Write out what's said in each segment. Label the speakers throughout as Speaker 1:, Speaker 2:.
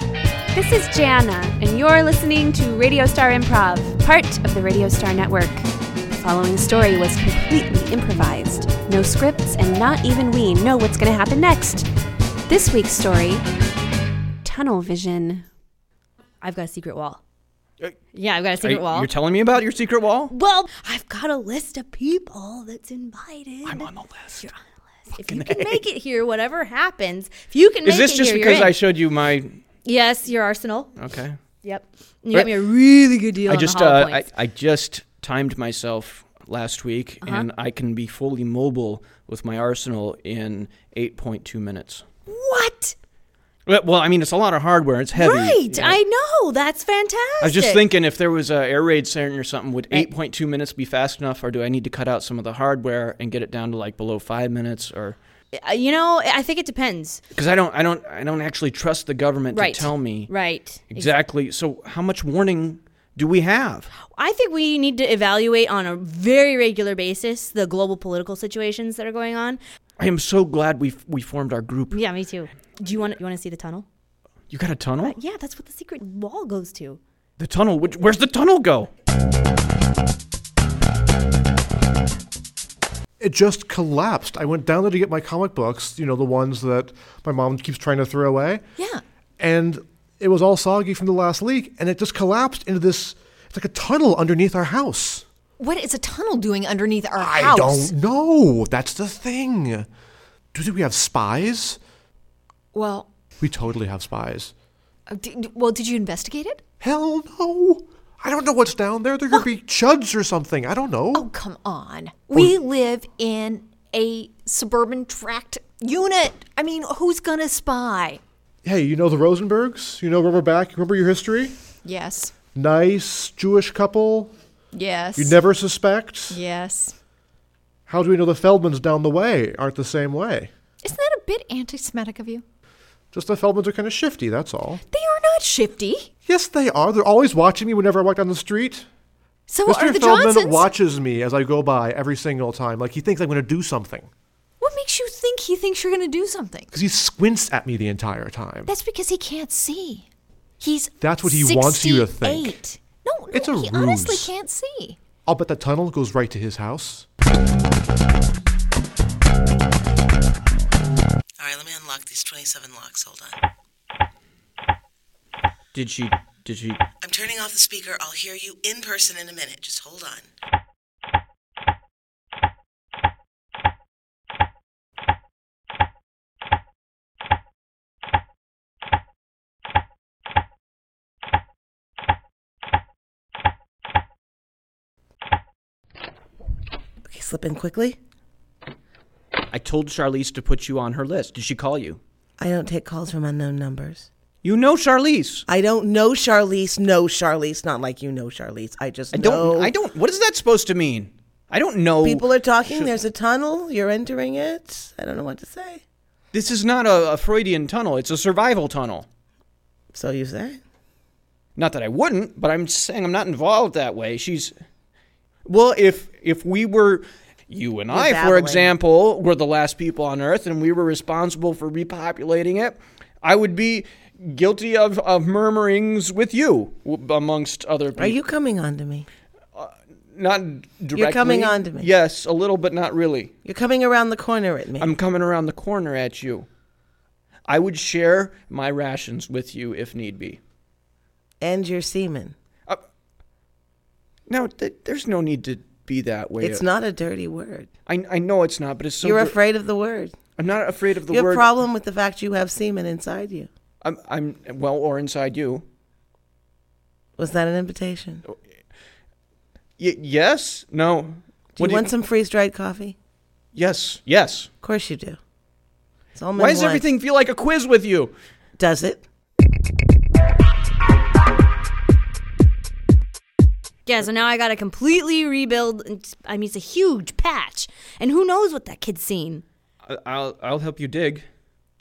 Speaker 1: This is Jana, and you're listening to Radio Star Improv, part of the Radio Star Network. The following story was completely improvised. No scripts, and not even we know what's going to happen next. This week's story Tunnel Vision.
Speaker 2: I've got a secret wall.
Speaker 3: Uh,
Speaker 2: Yeah, I've got a
Speaker 3: Are
Speaker 2: secret
Speaker 3: you-
Speaker 2: wall.
Speaker 3: You're telling me about your secret wall?
Speaker 2: well, I've got a list of people that's invited.
Speaker 3: I'm on the list.
Speaker 2: You're on the list. If you can make it here, whatever happens, if you can
Speaker 3: Is
Speaker 2: make
Speaker 3: this
Speaker 2: it
Speaker 3: just
Speaker 2: here,
Speaker 3: because
Speaker 2: you're in.
Speaker 3: I showed you my?
Speaker 2: yes, your arsenal.
Speaker 3: Okay.
Speaker 2: Yep. And you got
Speaker 3: Right.
Speaker 2: me a really good deal.
Speaker 3: I
Speaker 2: on
Speaker 3: just
Speaker 2: the hollow
Speaker 3: uh, I,
Speaker 2: points.
Speaker 3: I just timed myself last week,
Speaker 2: Uh-huh.
Speaker 3: and I can be fully mobile with my arsenal in 8.2 minutes.
Speaker 2: what?
Speaker 3: Well, well, I mean, it's a lot of hardware. It's heavy.
Speaker 2: Right.
Speaker 3: you know.
Speaker 2: I know. That's fantastic.
Speaker 3: I was just thinking if there was a air raid siren or something, would
Speaker 2: Right.
Speaker 3: 8.2 minutes be fast enough, or do I need to cut out some of the hardware and get it down to like below five minutes, or?
Speaker 2: Uh, You know, I think it depends.
Speaker 3: Because I don't, I don't, I don't actually trust the government
Speaker 2: Right.
Speaker 3: to tell me
Speaker 2: Right.
Speaker 3: exactly. So, how much warning do we have?
Speaker 2: I think we need to evaluate on a very regular basis the global political situations that are going on.
Speaker 3: I am so glad we we formed our group.
Speaker 2: Yeah, me too. Do you want you want to see the tunnel?
Speaker 3: You got a tunnel?
Speaker 2: Yeah, that's what the secret wall goes to.
Speaker 3: The tunnel. Which, where's the tunnel go?
Speaker 4: it just collapsed. I went down there to get my comic books, you know, the ones that my mom keeps trying to throw away.
Speaker 2: Yeah.
Speaker 4: And it was all soggy from the last leak, and it just collapsed into this. It's like a tunnel underneath our house.
Speaker 5: What is a tunnel doing underneath our
Speaker 4: I
Speaker 5: house?
Speaker 4: don't know. That's the thing. Do do we have spies?
Speaker 5: Well,
Speaker 4: We totally have spies.
Speaker 5: uh, d- well, did you investigate it?
Speaker 4: Hell no. I don't know what's down there. There could be chuds or something. I don't know.
Speaker 5: Oh, come on.
Speaker 4: Oh.
Speaker 5: We live in a suburban tract unit. I mean, who's gonna spy?
Speaker 4: Hey, you know the Rosenbergs? You know Rubberback? Remember your history?
Speaker 5: Yes.
Speaker 4: Nice Jewish couple.
Speaker 5: Yes.
Speaker 4: You never suspect.
Speaker 5: Yes.
Speaker 4: How do we know the Feldmans down the way aren't the same way?
Speaker 5: Isn't that a bit anti-Semitic of you?
Speaker 4: Just the Feldmans are kind of shifty, that's all.
Speaker 5: They are not shifty.
Speaker 4: Yes, they are. They're always watching me whenever I walk down the street.
Speaker 5: So are
Speaker 4: Mr.
Speaker 5: the
Speaker 4: Feldman
Speaker 5: Johnsons.
Speaker 4: watches me as I go by every single time. Like he thinks I'm going to do something.
Speaker 5: What makes you think he thinks you're gonna do something?
Speaker 4: Because he squints at me the entire time.
Speaker 5: That's because he can't see. He's
Speaker 4: That's what he wants you to think.
Speaker 5: 68. No, no,
Speaker 4: It's a
Speaker 5: he honestly
Speaker 4: ruse.
Speaker 5: can't see.
Speaker 4: I'll bet the tunnel goes right to his house.
Speaker 6: All right, let me unlock these 27 locks. Hold on.
Speaker 3: Did she? Did she?
Speaker 6: I'm turning off the speaker. I'll hear you in person in a minute. Just hold on. Okay, slip in quickly.
Speaker 3: I told Charlize to put you on her list. Did she call you?
Speaker 7: I don't take calls from unknown numbers.
Speaker 3: You know Charlize.
Speaker 7: I don't know Charlize. No Charlize. Not like you know Charlize. I just
Speaker 3: I don't.
Speaker 7: know.
Speaker 3: I don't. What is that supposed to mean? I don't know.
Speaker 7: People are talking. There's a tunnel. You're entering it. I don't know what to say.
Speaker 3: This is not a, a Freudian tunnel. It's a survival tunnel.
Speaker 7: So you say?
Speaker 3: Not that I wouldn't, but I'm saying I'm not involved that way. She's well, if if we were you and I, for
Speaker 7: babbling.
Speaker 3: example, were the last people on Earth and we were responsible for repopulating it, I would be guilty of, of murmurings with you w- amongst other people.
Speaker 7: Are you coming on to me?
Speaker 3: not directly?
Speaker 7: coming on to me.
Speaker 3: Yes, a little, but not really.
Speaker 7: You're coming around the corner at me.
Speaker 3: I'm coming around the corner at you. I would share my rations with you if need be.
Speaker 7: and your semen.
Speaker 3: No, Uh, th- there's no need to be that way.
Speaker 7: It's not a dirty word.
Speaker 3: I, I know it's not, but it's so.
Speaker 7: You're
Speaker 3: dir-
Speaker 7: afraid of the word.
Speaker 3: I'm not afraid of the
Speaker 7: you have
Speaker 3: word.
Speaker 7: a problem with the fact you have semen inside you.
Speaker 3: I'm, I'm well, or inside you.
Speaker 7: Was that an invitation?
Speaker 3: Y- yes. No.
Speaker 7: Do you want some freeze dried coffee?
Speaker 3: Yes. Yes.
Speaker 7: Of course you do. It's all men
Speaker 3: Why does
Speaker 7: want.
Speaker 3: everything feel like a quiz with you?
Speaker 7: Does it?
Speaker 2: Yeah, so now I got to completely rebuild. and- I mean, it's a huge patch, and who knows what that kid's seen.
Speaker 3: I- I'll I'll help you dig.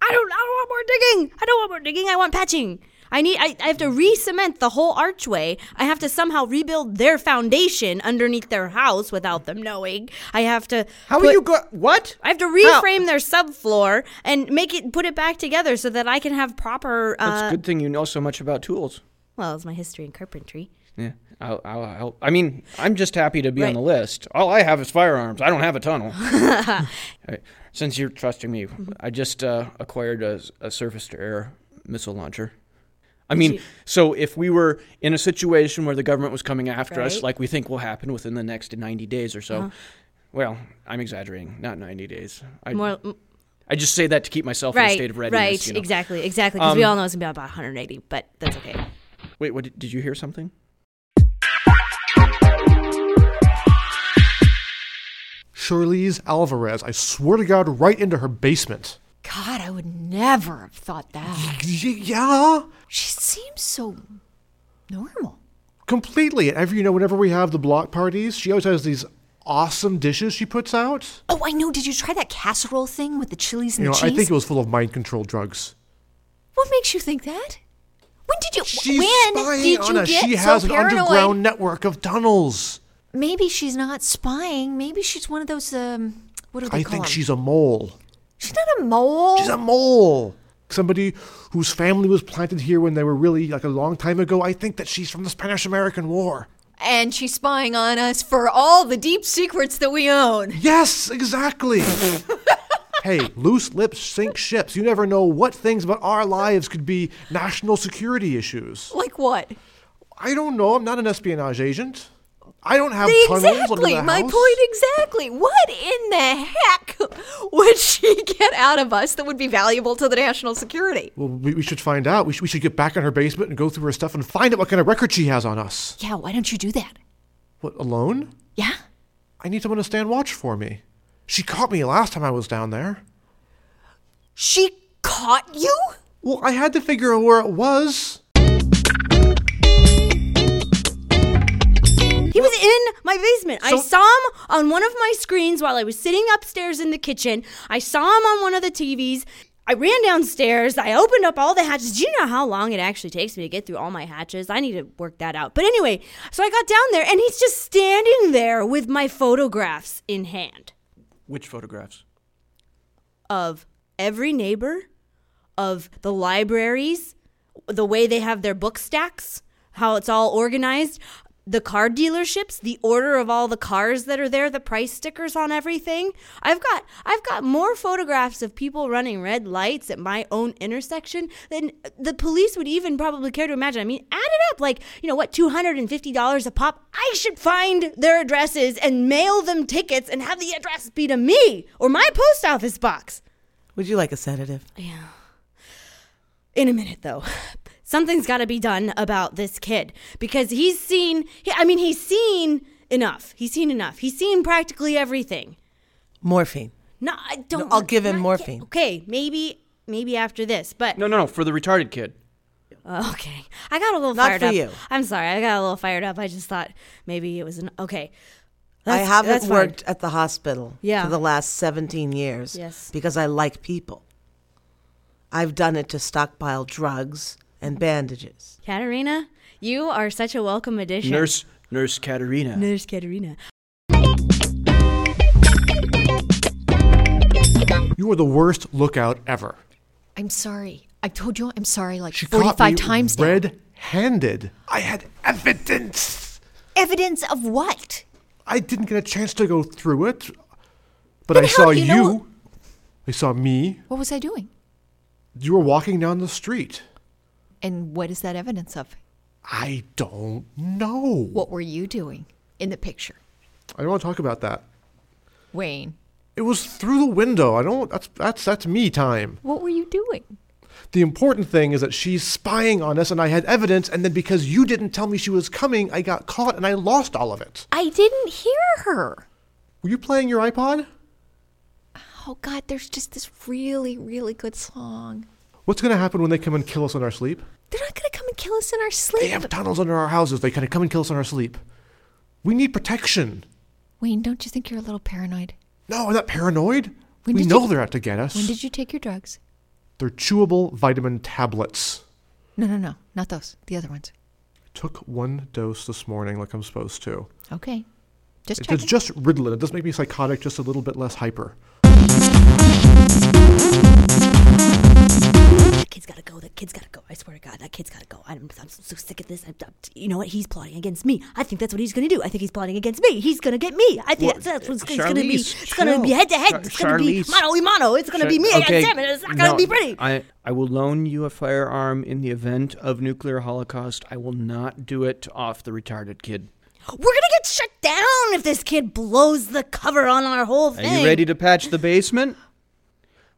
Speaker 2: I don't. I don't want more digging. I don't want more digging. I want patching. I need. I, I have to re-cement the whole archway. I have to somehow rebuild their foundation underneath their house without them knowing. I have to.
Speaker 8: How
Speaker 2: put-
Speaker 8: are you going? What?
Speaker 2: I have to reframe their subfloor and make it put it back together so that I can have proper.
Speaker 3: It's a
Speaker 2: Uh,
Speaker 3: good thing you know so much about tools.
Speaker 2: well, it's my history in carpentry.
Speaker 3: Yeah, I'll, I'll, I'll, I mean, I'm just happy to be on
Speaker 2: Right.
Speaker 3: the list. All I have is firearms. I don't have a tunnel. All right, Since you're trusting me,
Speaker 2: Mm-hmm.
Speaker 3: I just uh, acquired a, a surface-to-air missile launcher. I mean, so if we were in a situation where the government was coming after us,
Speaker 2: Right. Uh-huh.
Speaker 3: like we think will happen within the next 90 days or so, well, I'm exaggerating. Not 90 days. I,
Speaker 2: More
Speaker 3: I just say that to keep myself in a
Speaker 2: right,
Speaker 3: state of readiness.
Speaker 2: right,
Speaker 3: you know. Um,
Speaker 2: exactly, exactly. Because we all know it's gonna be about 180, but that's okay.
Speaker 3: Wait, what, did- did you hear something?
Speaker 4: Shirley's Alvarez, I swear to God, right into her basement.
Speaker 5: God, I would never have thought that.
Speaker 4: Y- yeah?
Speaker 5: She seems so normal.
Speaker 4: Completely. Every, you know, whenever we have the block parties, she always has these awesome dishes she puts out.
Speaker 5: Oh, I know. Did you try that casserole thing with the chilies
Speaker 4: You
Speaker 5: and
Speaker 4: know,
Speaker 5: the
Speaker 4: I
Speaker 5: cheese?
Speaker 4: think it was full of mind control drugs.
Speaker 5: what makes you think that? When did you?
Speaker 4: She's
Speaker 5: when
Speaker 4: spying
Speaker 5: did
Speaker 4: on
Speaker 5: you
Speaker 4: us.
Speaker 5: get
Speaker 4: She
Speaker 5: so
Speaker 4: has an
Speaker 5: paranoid?
Speaker 4: underground network of tunnels.
Speaker 5: Maybe she's not spying. Maybe she's one of those. Um, what do they
Speaker 4: I
Speaker 5: call
Speaker 4: think
Speaker 5: 'em?
Speaker 4: she's a mole.
Speaker 5: She's not a mole.
Speaker 4: She's a mole. Somebody whose family was planted here when they were really like a long time ago. I think that she's from the Spanish American War.
Speaker 5: and she's spying on us for all the deep secrets that we own.
Speaker 4: Yes, exactly. hey, loose lips sink ships. You never know what things about our lives could be national security issues.
Speaker 5: Like what?
Speaker 4: I don't know. I'm not an espionage agent. I don't have tunnels under
Speaker 5: Exactly.
Speaker 4: the
Speaker 5: My
Speaker 4: house.
Speaker 5: point exactly. What in the heck would she get out of us that would be valuable to the national security?
Speaker 4: Well, we, we should find out. We should, we should get back in her basement and go through her stuff and find out what kind of record she has on us.
Speaker 5: Yeah, why don't you do that?
Speaker 4: What, alone?
Speaker 5: Yeah?
Speaker 4: I need someone to stand watch for me. She caught me last time I was down there.
Speaker 5: She caught you?
Speaker 4: Well, I had to figure out where it was.
Speaker 2: He was in my basement. I
Speaker 4: So-
Speaker 2: saw him on one of my screens while I was sitting upstairs in the kitchen. I saw him on one of the TVs. I ran downstairs. I opened up all the hatches. Do you know how long it actually takes me to get through all my hatches? I need to work that out. But anyway, so I got down there and he's just standing there with my photographs in hand
Speaker 3: Which photographs?
Speaker 2: of every neighbor, of the libraries, the way they have their book stacks, how it's all organized, the car dealerships, the order of all the cars that are there, the price stickers on everything. I've got I've got more photographs of people running red lights at my own intersection than the police would even probably care to imagine. I mean, add it up like, you know what, $250 a pop. I should find their addresses and mail them tickets and have the address be to me or my post office box.
Speaker 7: Would you like a sedative?
Speaker 2: in a minute though something's got to be done about this kid because he's seen he, i mean he's seen enough he's seen enough he's seen practically everything
Speaker 7: Morphine.
Speaker 2: no i don't
Speaker 7: I'll give him
Speaker 2: not yet.
Speaker 7: morphine.
Speaker 2: okay maybe maybe after this but
Speaker 3: No, no, no, for the retarded kid.
Speaker 2: Uh, okay i got a little
Speaker 7: Not
Speaker 2: fired
Speaker 7: for
Speaker 2: up
Speaker 7: you.
Speaker 2: i'm sorry i got a little fired up i just thought maybe it was an okay
Speaker 7: I
Speaker 2: That's- that's
Speaker 7: haven't
Speaker 2: fine.
Speaker 7: worked at the hospital
Speaker 2: Yeah.
Speaker 7: for the last 17 years
Speaker 2: Yes.
Speaker 7: because I like people. I've done it to stockpile drugs and bandages.
Speaker 2: katerina you are such a welcome addition
Speaker 3: Nurse, Nurse Katerina.
Speaker 2: nurse katerina
Speaker 4: You are the worst lookout ever.
Speaker 5: I'm sorry. I told you I'm sorry like
Speaker 4: She caught me
Speaker 5: 45 times now.
Speaker 4: red-handed. I had evidence.
Speaker 5: Evidence of what?
Speaker 4: I didn't get a chance to go through it, but
Speaker 5: Then
Speaker 4: I
Speaker 5: how
Speaker 4: saw
Speaker 5: do
Speaker 4: you.
Speaker 5: you know-
Speaker 4: I saw me.
Speaker 5: What was I doing?
Speaker 4: You were walking down the street.
Speaker 5: And what is that evidence of?
Speaker 4: I don't know.
Speaker 5: What were you doing in the picture?
Speaker 4: I don't want to talk about that.
Speaker 5: Wayne,
Speaker 4: It was through the window. I don't. That's that's that's me time.
Speaker 5: what were you doing?
Speaker 4: The important thing is that she's spying on us, and I had evidence. And then because you didn't tell me she was coming, I got caught, and I lost all of it.
Speaker 5: I didn't hear her.
Speaker 4: Were you playing your iPod?
Speaker 5: Oh God, there's just this really, really good song.
Speaker 4: What's going to happen when they come and kill us in our sleep?
Speaker 5: They're not gonna come and kill us in our
Speaker 4: They
Speaker 5: sleep.
Speaker 4: have tunnels under our houses. They kind of come and kill us in our sleep. We need protection.
Speaker 5: Wayne, don't you think you're a little paranoid?
Speaker 4: No, I'm not paranoid.
Speaker 5: When
Speaker 4: we
Speaker 5: did
Speaker 4: know
Speaker 5: you-
Speaker 4: they're out to get us.
Speaker 5: When did you take your drugs?
Speaker 4: They're chewable vitamin tablets.
Speaker 5: No, no, no. Not those. The other ones.
Speaker 4: Took one dose this morning, like I'm supposed to.
Speaker 5: Okay. Just
Speaker 4: If it's
Speaker 5: checking.
Speaker 4: just Ritalin, it does make me psychotic, just a little bit less hyper.
Speaker 2: That kid's gotta go. That kid's gotta go. I swear to God, that kid's gotta go. I'm, I'm so sick of this. I'm, I'm- you know what? He's plotting against me. I think that's what he's gonna do. I think he's plotting against me. He's gonna get me. I think
Speaker 3: Well,
Speaker 2: that's, that's what's
Speaker 3: uh,
Speaker 2: it's gonna be.
Speaker 3: Charlize,
Speaker 2: It's gonna be
Speaker 3: chill.
Speaker 2: head to head.
Speaker 3: Char-
Speaker 2: It's gonna be
Speaker 3: Charlize.
Speaker 2: mano a mano. It's gonna be me against him, and it's not gonna
Speaker 3: no,
Speaker 2: be pretty.
Speaker 3: I, I will loan you a firearm in the event of nuclear holocaust. I will not do it to off the retarded kid.
Speaker 2: We're gonna get shut down if this kid blows the cover on our whole
Speaker 3: Are
Speaker 2: thing.
Speaker 3: you ready to patch the basement?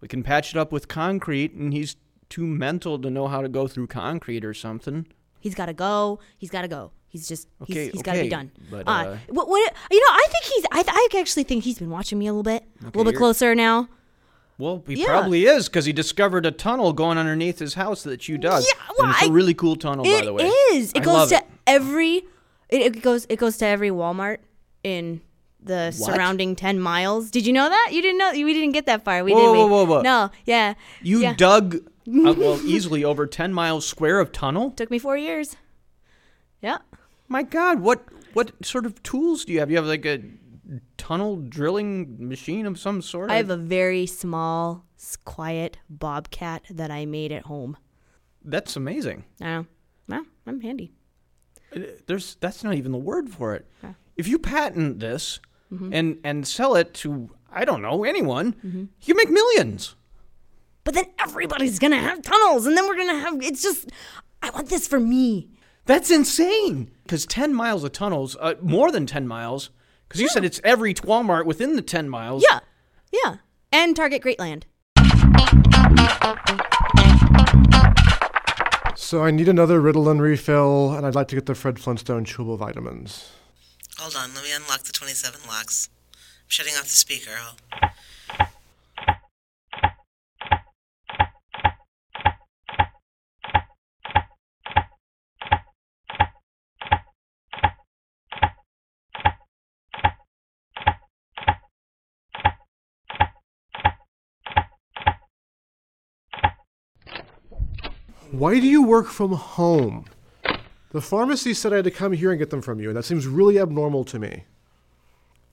Speaker 3: We can patch it up with concrete, and he's too mental to know how to go through concrete or something.
Speaker 2: He's gotta go. He's gotta go. He's just he's,
Speaker 3: Okay,
Speaker 2: he's gotta be
Speaker 3: okay,
Speaker 2: done.
Speaker 3: but, uh,
Speaker 2: what, what you know? I think he's. I, th- I actually think he's been watching me a little bit, a little bit
Speaker 3: you're-
Speaker 2: closer now.
Speaker 3: Well, he
Speaker 2: Yeah.
Speaker 3: probably is because he discovered a tunnel going underneath his house that you dug.
Speaker 2: Yeah, well,
Speaker 3: and it's a
Speaker 2: I-
Speaker 3: really cool tunnel, Oh, by the way.
Speaker 2: It is. It
Speaker 3: I
Speaker 2: goes
Speaker 3: love
Speaker 2: to
Speaker 3: it.
Speaker 2: every. It, it goes. It goes to every Walmart in the
Speaker 3: What?
Speaker 2: surrounding ten miles. Did you know that? You didn't know. We didn't get that far. We
Speaker 3: Whoa,
Speaker 2: did. we?
Speaker 3: whoa, whoa, whoa.
Speaker 2: No. Yeah.
Speaker 3: You
Speaker 2: yeah.
Speaker 3: dug uh, well easily over ten miles square of tunnel.
Speaker 2: Took me four years. Yeah.
Speaker 3: My God, what what sort of tools do you have? You have like a tunnel drilling machine of some sort.
Speaker 2: I have a very small, s- quiet bobcat that I made at home.
Speaker 3: That's amazing.
Speaker 2: I know. Well, I'm handy.
Speaker 3: Uh, There's that's not even the word for it. If you patent this
Speaker 2: Mm-hmm.
Speaker 3: and and sell it to I don't know anyone, you make millions.
Speaker 2: But then everybody's gonna have tunnels, and then we're gonna have. It's just. I want this for me.
Speaker 3: That's insane. Because 10 miles of tunnels, uh, more than 10 miles, because you said it's every Walmart within the 10 miles.
Speaker 2: Yeah. Yeah. And Target Greatland.
Speaker 4: So I need another Ritalin refill, and I'd like to get the Fred Flintstone chewable vitamins.
Speaker 6: Hold on, let me unlock the 27 locks. I'm shutting off the speaker. I'll...
Speaker 4: Why do you work from home? The pharmacy said I had to come here and get them from you, and that seems really abnormal to me.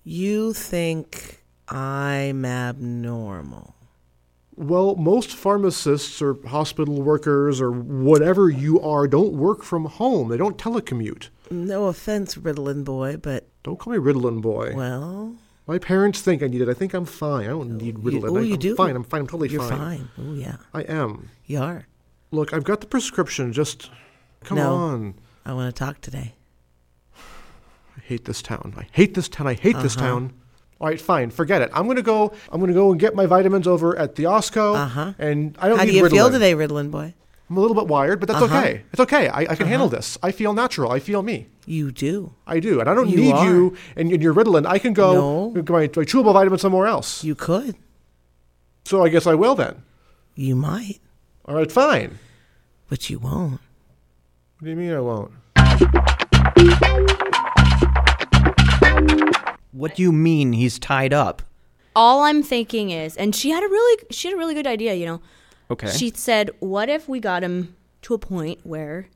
Speaker 7: You think I'm abnormal.
Speaker 4: Well, most pharmacists or hospital workers or whatever you are don't work from home. They don't telecommute.
Speaker 7: No offense, Ritalin boy, but
Speaker 4: Don't call me Ritalin boy.
Speaker 7: well,
Speaker 4: My parents think I need it. I think I'm fine. I don't need Ritalin.
Speaker 7: oh,
Speaker 4: I-
Speaker 7: you
Speaker 4: I'm
Speaker 7: do?
Speaker 4: Fine. I'm fine. I'm totally
Speaker 7: you're
Speaker 4: fine.
Speaker 7: fine. Oh yeah,
Speaker 4: I am.
Speaker 7: you are.
Speaker 4: Look, I've got the prescription. Just come
Speaker 7: No.
Speaker 4: on.
Speaker 7: I want to talk today.
Speaker 4: I hate this town. I hate this town. I hate this
Speaker 7: Uh-huh.
Speaker 4: town. All right, fine. Forget it. I'm gonna go. I'm gonna go and get my vitamins over at the Osco.
Speaker 7: Uh-huh.
Speaker 4: And I don't
Speaker 7: How
Speaker 4: need
Speaker 7: do you feel
Speaker 4: Ritalin.
Speaker 7: today, Ritalin boy?
Speaker 4: I'm a little bit wired, but that's
Speaker 7: Uh-huh.
Speaker 4: okay. It's okay. I, I can handle this. I feel natural. I feel me.
Speaker 7: You do.
Speaker 4: I do, and I don't
Speaker 7: You
Speaker 4: need
Speaker 7: are.
Speaker 4: you and, and your Ritalin. I can go
Speaker 7: No.
Speaker 4: get my, my chewable vitamin somewhere else.
Speaker 7: You could.
Speaker 4: so I guess I will then.
Speaker 7: You might,
Speaker 4: All right, fine.
Speaker 7: but you won't.
Speaker 4: What do you mean I won't?
Speaker 3: What do you mean he's tied up?
Speaker 2: all I'm thinking is, and she had a really she had a really good idea, you know.
Speaker 3: Okay.
Speaker 2: She said, "What if we got him to a point where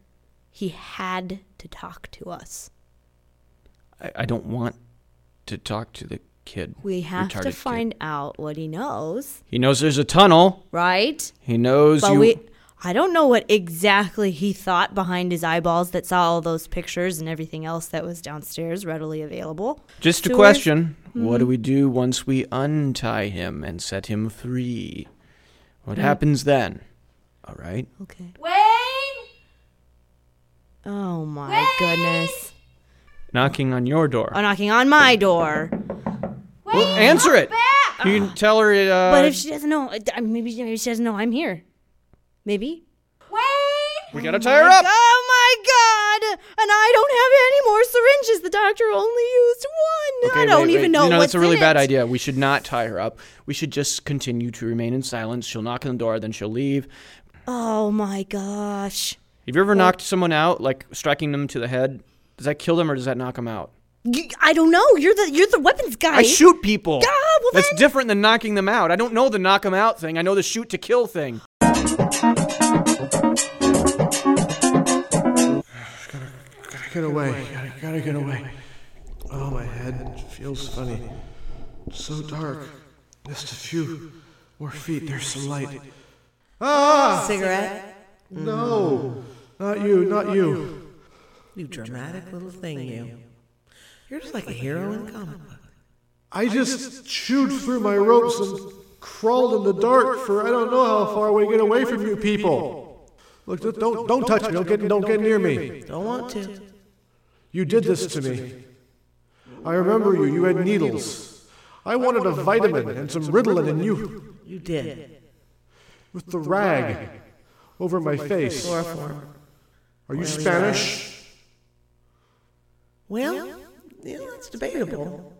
Speaker 2: he had to talk to us?
Speaker 3: I, I don't want to talk to the kid.
Speaker 2: We have
Speaker 3: retarded
Speaker 2: to
Speaker 3: kid.
Speaker 2: find out what he knows,
Speaker 3: He knows there's a tunnel.
Speaker 2: right?"
Speaker 3: He knows
Speaker 2: But
Speaker 3: you.
Speaker 2: we I don't know what exactly he thought behind his eyeballs that saw all those pictures and everything else that was downstairs readily available.
Speaker 3: Just a
Speaker 2: So we're-
Speaker 3: question.
Speaker 2: Mm-hmm.
Speaker 3: What do we do once we untie him and set him free?
Speaker 2: Mm.
Speaker 3: What happens then? All right.
Speaker 2: Okay.
Speaker 1: Wayne!
Speaker 2: Oh my goodness.
Speaker 3: Knocking on your door.
Speaker 2: Oh, knocking on my door.
Speaker 3: Well, answer it. You can tell her. Uh,
Speaker 2: But if she doesn't know, I- I- maybe maybe she doesn't know I'm here. Maybe.
Speaker 3: we gotta tie her up.
Speaker 2: Oh my god! And I don't have any more syringes. The doctor only used one. I
Speaker 3: Okay,
Speaker 2: don't
Speaker 3: wait,
Speaker 2: even
Speaker 3: wait.
Speaker 2: know
Speaker 3: You
Speaker 2: what's
Speaker 3: that's a really
Speaker 2: in
Speaker 3: bad
Speaker 2: it.
Speaker 3: idea. We should not tie her up. We should just continue to remain in silence. She'll knock on the door, then she'll leave.
Speaker 2: Oh my gosh!
Speaker 3: Have you ever knocked someone out, like striking them to the head? Does that kill them or does that knock them out?
Speaker 2: You, I don't know. You're the you're the weapons guy.
Speaker 3: I shoot people.
Speaker 2: Yeah, well
Speaker 3: That's
Speaker 2: then-
Speaker 3: different than knocking them out. I don't know the knock them out thing. I know the shoot to kill thing.
Speaker 4: get away. Gotta, gotta get away. Oh, my head feels funny. So dark. Just a few more feet. There's some light. Ah!
Speaker 7: Cigarette?
Speaker 4: No! Not you, not you.
Speaker 7: You dramatic little thing, you. You're just like a hero in comic book.
Speaker 4: I just chewed through my ropes and crawled in the dark for I don't know how far away to get away from you people. Look, don't, don't, don't touch me. Don't get, don't get near me.
Speaker 7: Don't want to.
Speaker 4: You did this to me. I remember you. You had needles. I wanted a vitamin and some Ritalin, and you,
Speaker 7: You did.
Speaker 4: with the rag over my face.
Speaker 7: Chloroform.
Speaker 4: Are you Spanish?
Speaker 7: Well, yeah, that's debatable.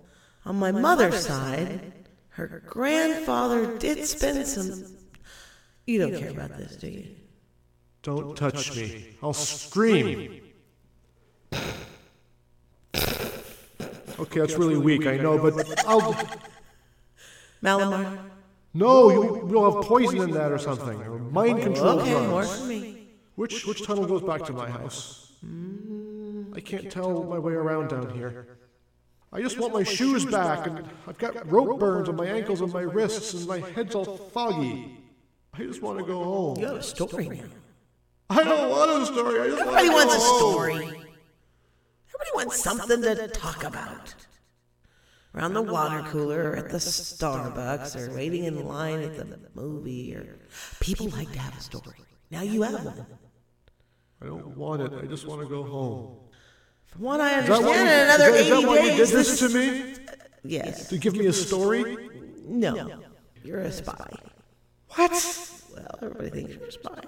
Speaker 7: On my mother's side, her grandfather did spend some. You don't care about this, do you?
Speaker 4: Don't touch me. I'll scream. Okay, that's really weak, I know, but I'll.
Speaker 7: Malamar.
Speaker 4: No, you, you'll have poison in that or something, or mind control
Speaker 7: Okay, more
Speaker 4: drugs.
Speaker 7: for me.
Speaker 4: Which, which tunnel goes back to my house? Hmm. I can't tell my way around down here. I just want my shoes back, and I've got rope burns on my ankles and my wrists, and my head's all foggy. I just want to go
Speaker 7: You
Speaker 4: home.
Speaker 7: have a story now.
Speaker 4: I don't want a story. I just want to
Speaker 7: Everybody
Speaker 4: go
Speaker 7: wants a
Speaker 4: home.
Speaker 7: story. Everybody wants something to talk about. Around the water cooler, or at the Starbucks, or waiting in line at the movie, or people like to have a story. Now you have one.
Speaker 4: I don't want it. I just want to go home.
Speaker 7: From what I
Speaker 4: Is that
Speaker 7: understand,
Speaker 4: what you-
Speaker 7: in another
Speaker 4: is that- is that why
Speaker 7: eighty
Speaker 4: you did
Speaker 7: days,
Speaker 4: this to me?
Speaker 7: yes,
Speaker 4: To give me a story?
Speaker 7: no, you're a spy.
Speaker 4: What?
Speaker 7: Well, everybody thinks you're a spy.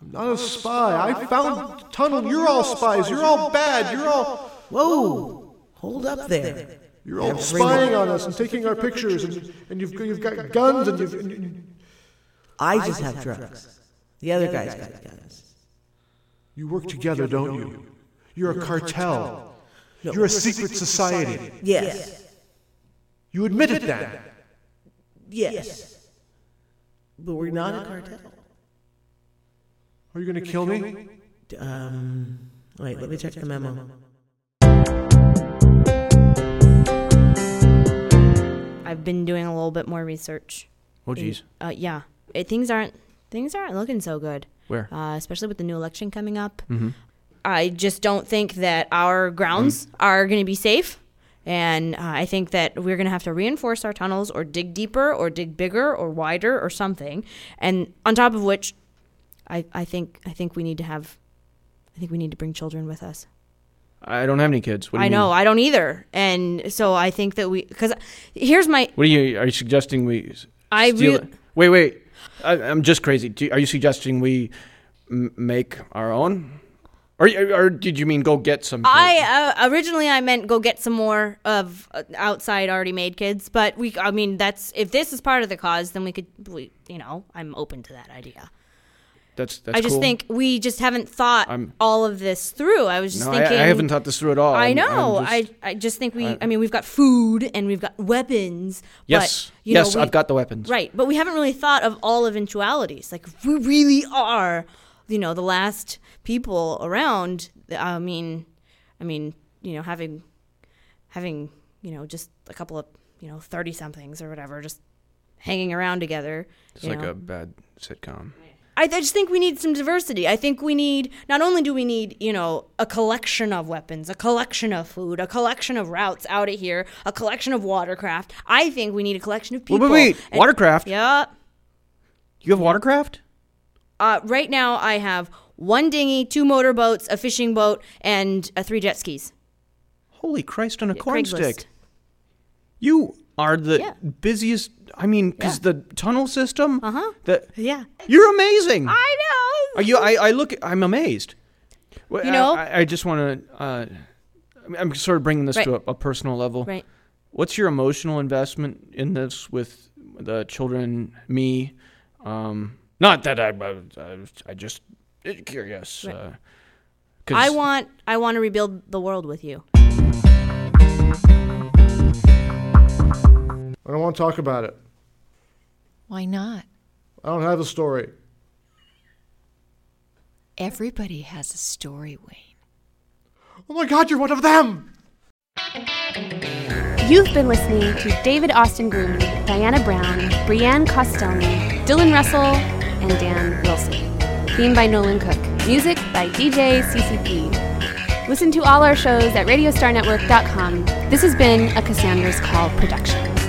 Speaker 4: I'm not a spy. I found the tunnel. You're all spies. You're all bad. You're all
Speaker 7: Whoa, hold up there.
Speaker 4: you're all spying on us and taking our pictures and, and you've you've got guns and you've and, you-
Speaker 7: I just have drugs. The other guy's got guns.
Speaker 4: you work together, don't you? You're a cartel. You're a secret society.
Speaker 7: Yes,
Speaker 4: You admit it then.
Speaker 7: yes, but we're not a cartel.
Speaker 4: Are you going to kill me?
Speaker 7: Um, wait, let me check the memo.
Speaker 2: I've been doing a little bit more research.
Speaker 3: Oh,
Speaker 2: in- Uh, yeah, It- things aren't things aren't looking so good,
Speaker 3: Where?
Speaker 2: uh, especially with the new election coming up.
Speaker 3: Mm-hmm.
Speaker 2: I just don't think that our grounds
Speaker 3: Mm.
Speaker 2: are going to be safe, and uh, I think that we're going to have to reinforce our tunnels, or dig deeper, or dig bigger, or wider, or something. And on top of which, I, I think I think we need to have, I think we need to bring children with us.
Speaker 3: I don't have any kids. What do
Speaker 2: I
Speaker 3: you
Speaker 2: know
Speaker 3: mean?
Speaker 2: I don't either, and so I think that we because here's my
Speaker 3: What are you? Are you suggesting we? s-
Speaker 2: I
Speaker 3: steal
Speaker 2: really-
Speaker 3: it? Wait, wait. I, I'm just crazy. Do, are you suggesting we m- make our own? Or, y- or did you mean go get some? kids?
Speaker 2: I uh, originally I meant go get some more of uh, outside already made kids, but we I mean that's if this is part of the cause, then we could we you know I'm open to that idea.
Speaker 3: that's that's.
Speaker 2: I just
Speaker 3: cool.
Speaker 2: think we just haven't thought
Speaker 3: I'm-
Speaker 2: all of this through. I was just
Speaker 3: No, I,
Speaker 2: thinking.
Speaker 3: I haven't thought this through at all.
Speaker 2: I
Speaker 3: I'm- I'm
Speaker 2: know.
Speaker 3: just-
Speaker 2: I I just think we. I, mean, we've got food and we've got weapons.
Speaker 3: Yes.
Speaker 2: But, you know,
Speaker 3: Yes,
Speaker 2: we-
Speaker 3: I've got the weapons.
Speaker 2: Right, but we haven't really thought of all eventualities. Like if we really are, you know, the last people around. I mean, I mean, you know, having, having, you know, just a couple of you know thirty somethings or whatever, just hanging around together.
Speaker 3: It's
Speaker 2: you
Speaker 3: like
Speaker 2: know.
Speaker 3: a bad sitcom.
Speaker 2: I, I just think we need some diversity. I think we need not only do we need you know a collection of weapons, a collection of food, a collection of routes out of here, a collection of watercraft. I think we need a collection of people.
Speaker 3: Wait, wait, wait.
Speaker 2: And-
Speaker 3: Watercraft?
Speaker 2: Yeah.
Speaker 3: You have watercraft?
Speaker 2: Uh, right now, I have one dinghy, two motorboats, a fishing boat, and uh, three jet skis.
Speaker 3: Holy Christ on a corn
Speaker 2: Craigslist.
Speaker 3: stick. You are the
Speaker 2: Yeah.
Speaker 3: busiest. I mean, because the tunnel system. Uh huh.
Speaker 2: Yeah.
Speaker 3: You're amazing.
Speaker 2: Uh-huh. I know.
Speaker 3: Are you? I, I look. I'm amazed. Well,
Speaker 2: You know-
Speaker 3: I, I just want to. Uh, I'm- I'm sort of bringing this
Speaker 2: Right.
Speaker 3: to a, a personal level.
Speaker 2: Right.
Speaker 3: What's your emotional investment in this with the children? Me. Um, not that I. I, I just eh, curious.
Speaker 2: Right.
Speaker 3: Uh, 'cause-
Speaker 2: I want. I want to rebuild the world with you.
Speaker 4: I don't want to talk about it.
Speaker 5: Why not?
Speaker 4: I don't have a story.
Speaker 5: Everybody has a story, Wayne.
Speaker 4: Oh my god, you're one of them!
Speaker 1: You've been listening to David Austin Green, Diana Brown, Brianne Costelli, Dylan Russell, and Dan Wilson. Theme by Nolan Cook. Music by DJ CCP. Listen to all our shows at RadiostarNetwork.com. This has been a Cassandra's Call production.